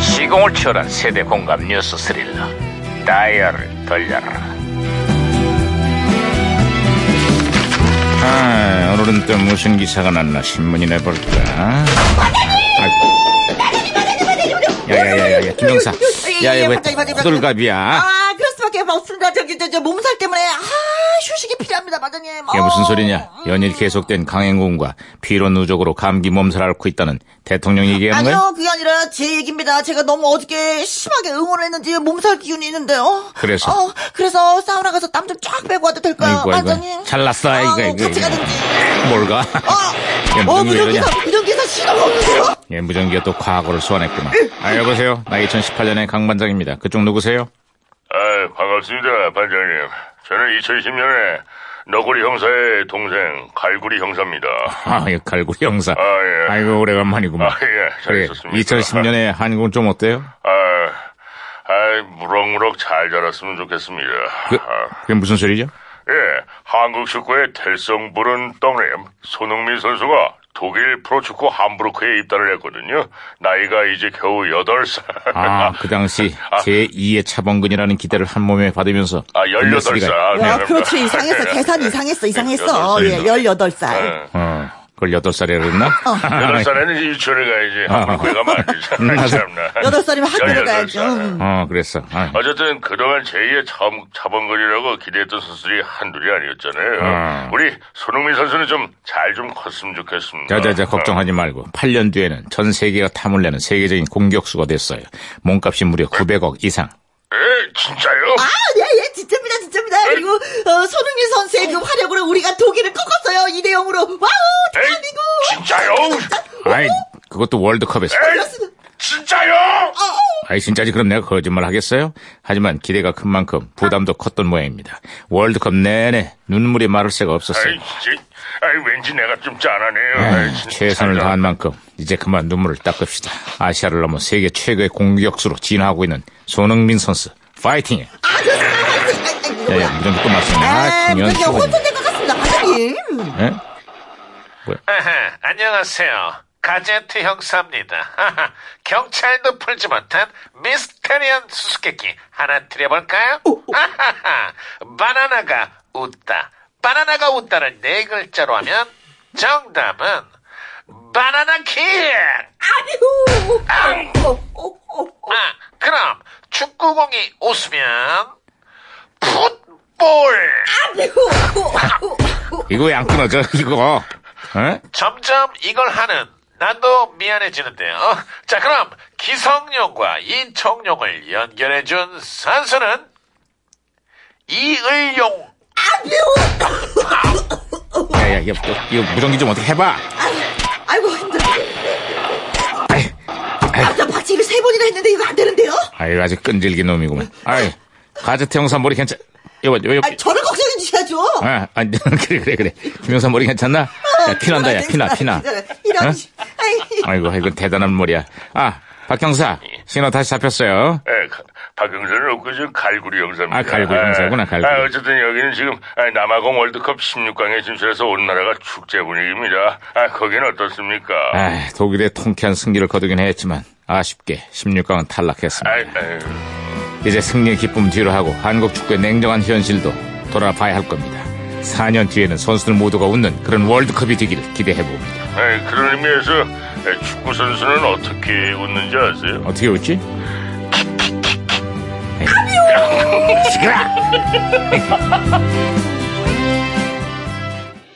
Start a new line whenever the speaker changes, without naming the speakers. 시공을 초월한 세대 공감 뉴스 스릴러 다이얼을 돌려라 아, 오늘은 또 무슨 기사가 났나 신문이나 볼까 반장님! 야야야야 김영사
예, 예,
야야 왜
반장님, 반장님, 반장님.
호들갑이야
아, 그럴 수밖에 없습니다. 저기, 저, 저, 몸살 때문에, 아, 휴식이 필요합니다, 마장님.
이게
어.
무슨 소리냐 연일 계속된 강행군과 피로 누적으로 감기 몸살을 앓고 있다는 대통령 얘기하는 거야?
아니요, 그게 아니라 제 얘기입니다. 제가 너무 어저께 심하게 응원을 했는지 몸살 기운이 있는데요.
그래서?
어, 그래서 사우나 가서 땀 좀 쫙 빼고 와도 될까요,
아이고, 아이고.
마장님?
잘났어,
아,
이거,
뭐
이거,
같이
이거.
가든지.
뭘가? 야,
어,
무슨
어,
일이냐?
무전기사, 무전기사 신호가 없는데요?
예, 무전기가 또 과거를 소환했구만. 아, 여보세요. 나 2018년의 강반장입니다. 그쪽 누구세요?
아, 반갑습니다, 반장님. 저는 2010년에 너구리 형사의 동생 갈구리 형사입니다.
아, 이 갈고리 형사.
아, 예.
아이고, 오래간만이구만.
아, 예, 잘 있었습니다.
2010년에 한국은 좀 어때요?
아, 아, 무럭무럭 잘 자랐으면 좋겠습니다.
그,
아,
그게 무슨 소리죠?
예, 한국 축구의 될성부른 떠렘 손흥민 선수가 독일 프로축구 함부르크에 입단을 했거든요. 나이가 이제 겨우 8살.
아, 그 당시 제2의 차범근이라는 기대를 한 몸에 받으면서.
아,
MSB가
18살.
야, 그렇지. 이상했어. 계산 이상했어. 이상했어.
여덟
예,
살이나.
18살.
어, 그걸 8살에 그랬나? 아,
여덟 살에는 유치원에 가야지. 함부르크에 가면 안
음,
되죠. 참나.
8살이면 학교를 가야죠.
네. 18살.
음.
어, 그랬어. 아,
어쨌든 그동안 제2의 자본거리라고 기대했던 선수들이 한둘이 아니었잖아요.
아.
우리 손흥민 선수는 좀 잘 좀 컸으면 좋겠습니다.
자, 자, 자, 걱정하지 말고. 8년 뒤에는 전 세계가 탐을 내는 세계적인 공격수가 됐어요. 몸값이 무려 900억 이상.
아. 에, 진짜요?
아, 예, 예, 진짜입니다, 진짜입니다. 그리고, 어, 손흥민 선수의 그 활약으로 우리가 독일을 꺾었어요. 2대 0으로. 와우,
에이,
대한민국!
진짜요?
아이, 그것도 월드컵에서.
에이, 진짜요?
아이 진짜지 그럼 내가 거짓말 하겠어요? 하지만 기대가 큰 만큼 부담도 컸던 모양입니다. 월드컵 내내 눈물이 마를 새가 없었어요.
아이, 진짜. 아이, 왠지 내가 좀 짠하네요. 아이,
에이,
진짜.
최선을 다한 만큼 이제 그만 눈물을 닦읍시다. 아시아를 넘어 세계 최고의 공격수로 진화하고 있는 손흥민 선수 파이팅! 해
아, 그 사람, 아이, 아이,
야야 무전기 또 맞췄네.
아,
예, 아 중요한
무슨 게 혼자
시간이.
된 것 같습니다, 반장님.
예?
아하, 안녕하세요. 가제트 형사입니다. 아하, 경찰도 풀지 못한 미스테리한 수수께끼 하나 드려볼까요? 아하하, 바나나가 웃다. 바나나가 웃다를 네 글자로 하면 정답은 바나나 킥!
아이고. 어, 어, 어.
아, 그럼 축구공이 웃으면 풋볼!
아이고. 어, 어.
이거 왜 안 끊어져 이거? 예?
점점 이걸 하는 나도 미안해지는데요. 어, 자, 그럼 기성용과 인청용을 연결해준 선수는 이을용.
야야 이거, 이거 무전기 좀 어떻게 해봐.
아이고, 힘들어. 아, 나 박치기를 세 번이나 했는데 이거 안 되는데요?
아이 아주 끈질긴 놈이구만. 아이 가제트 형사 머리 괜찮? 이거 이거
아, 저를 걱정해 주셔야죠.
아, 아, 그래, 그래, 그래. 김영삼 머리 괜찮나? 야, 피난다, 야, 피나, 피나.
아, 네. 이런,
어?
아이,
아이고, 이거 대단한 머리야. 아, 박형사, 신호 다시 잡혔어요.
예, 가- 박영선은 없고 지금 갈구리 형사입니다.
아, 갈구리
예.
형사구나, 갈구리.
아, 어쨌든 여기는 지금 아, 남아공 월드컵 16강에 진출해서 온 나라가 축제 분위기입니다. 아, 거기는 어떻습니까?
아, 독일의 통쾌한 승리를 거두긴 했지만, 아쉽게 16강은 탈락했습니다.
아이, 아이.
이제 승리의 기쁨 뒤로 하고, 한국 축구의 냉정한 현실도 돌아봐야 할 겁니다. 4년 뒤에는 선수들 모두가 웃는 그런 월드컵이 되기를 기대해봅니다.
에, 그런 의미에서 에, 축구 선수는 어떻게 웃는지 아세요?
어떻게 웃지? 시끄라!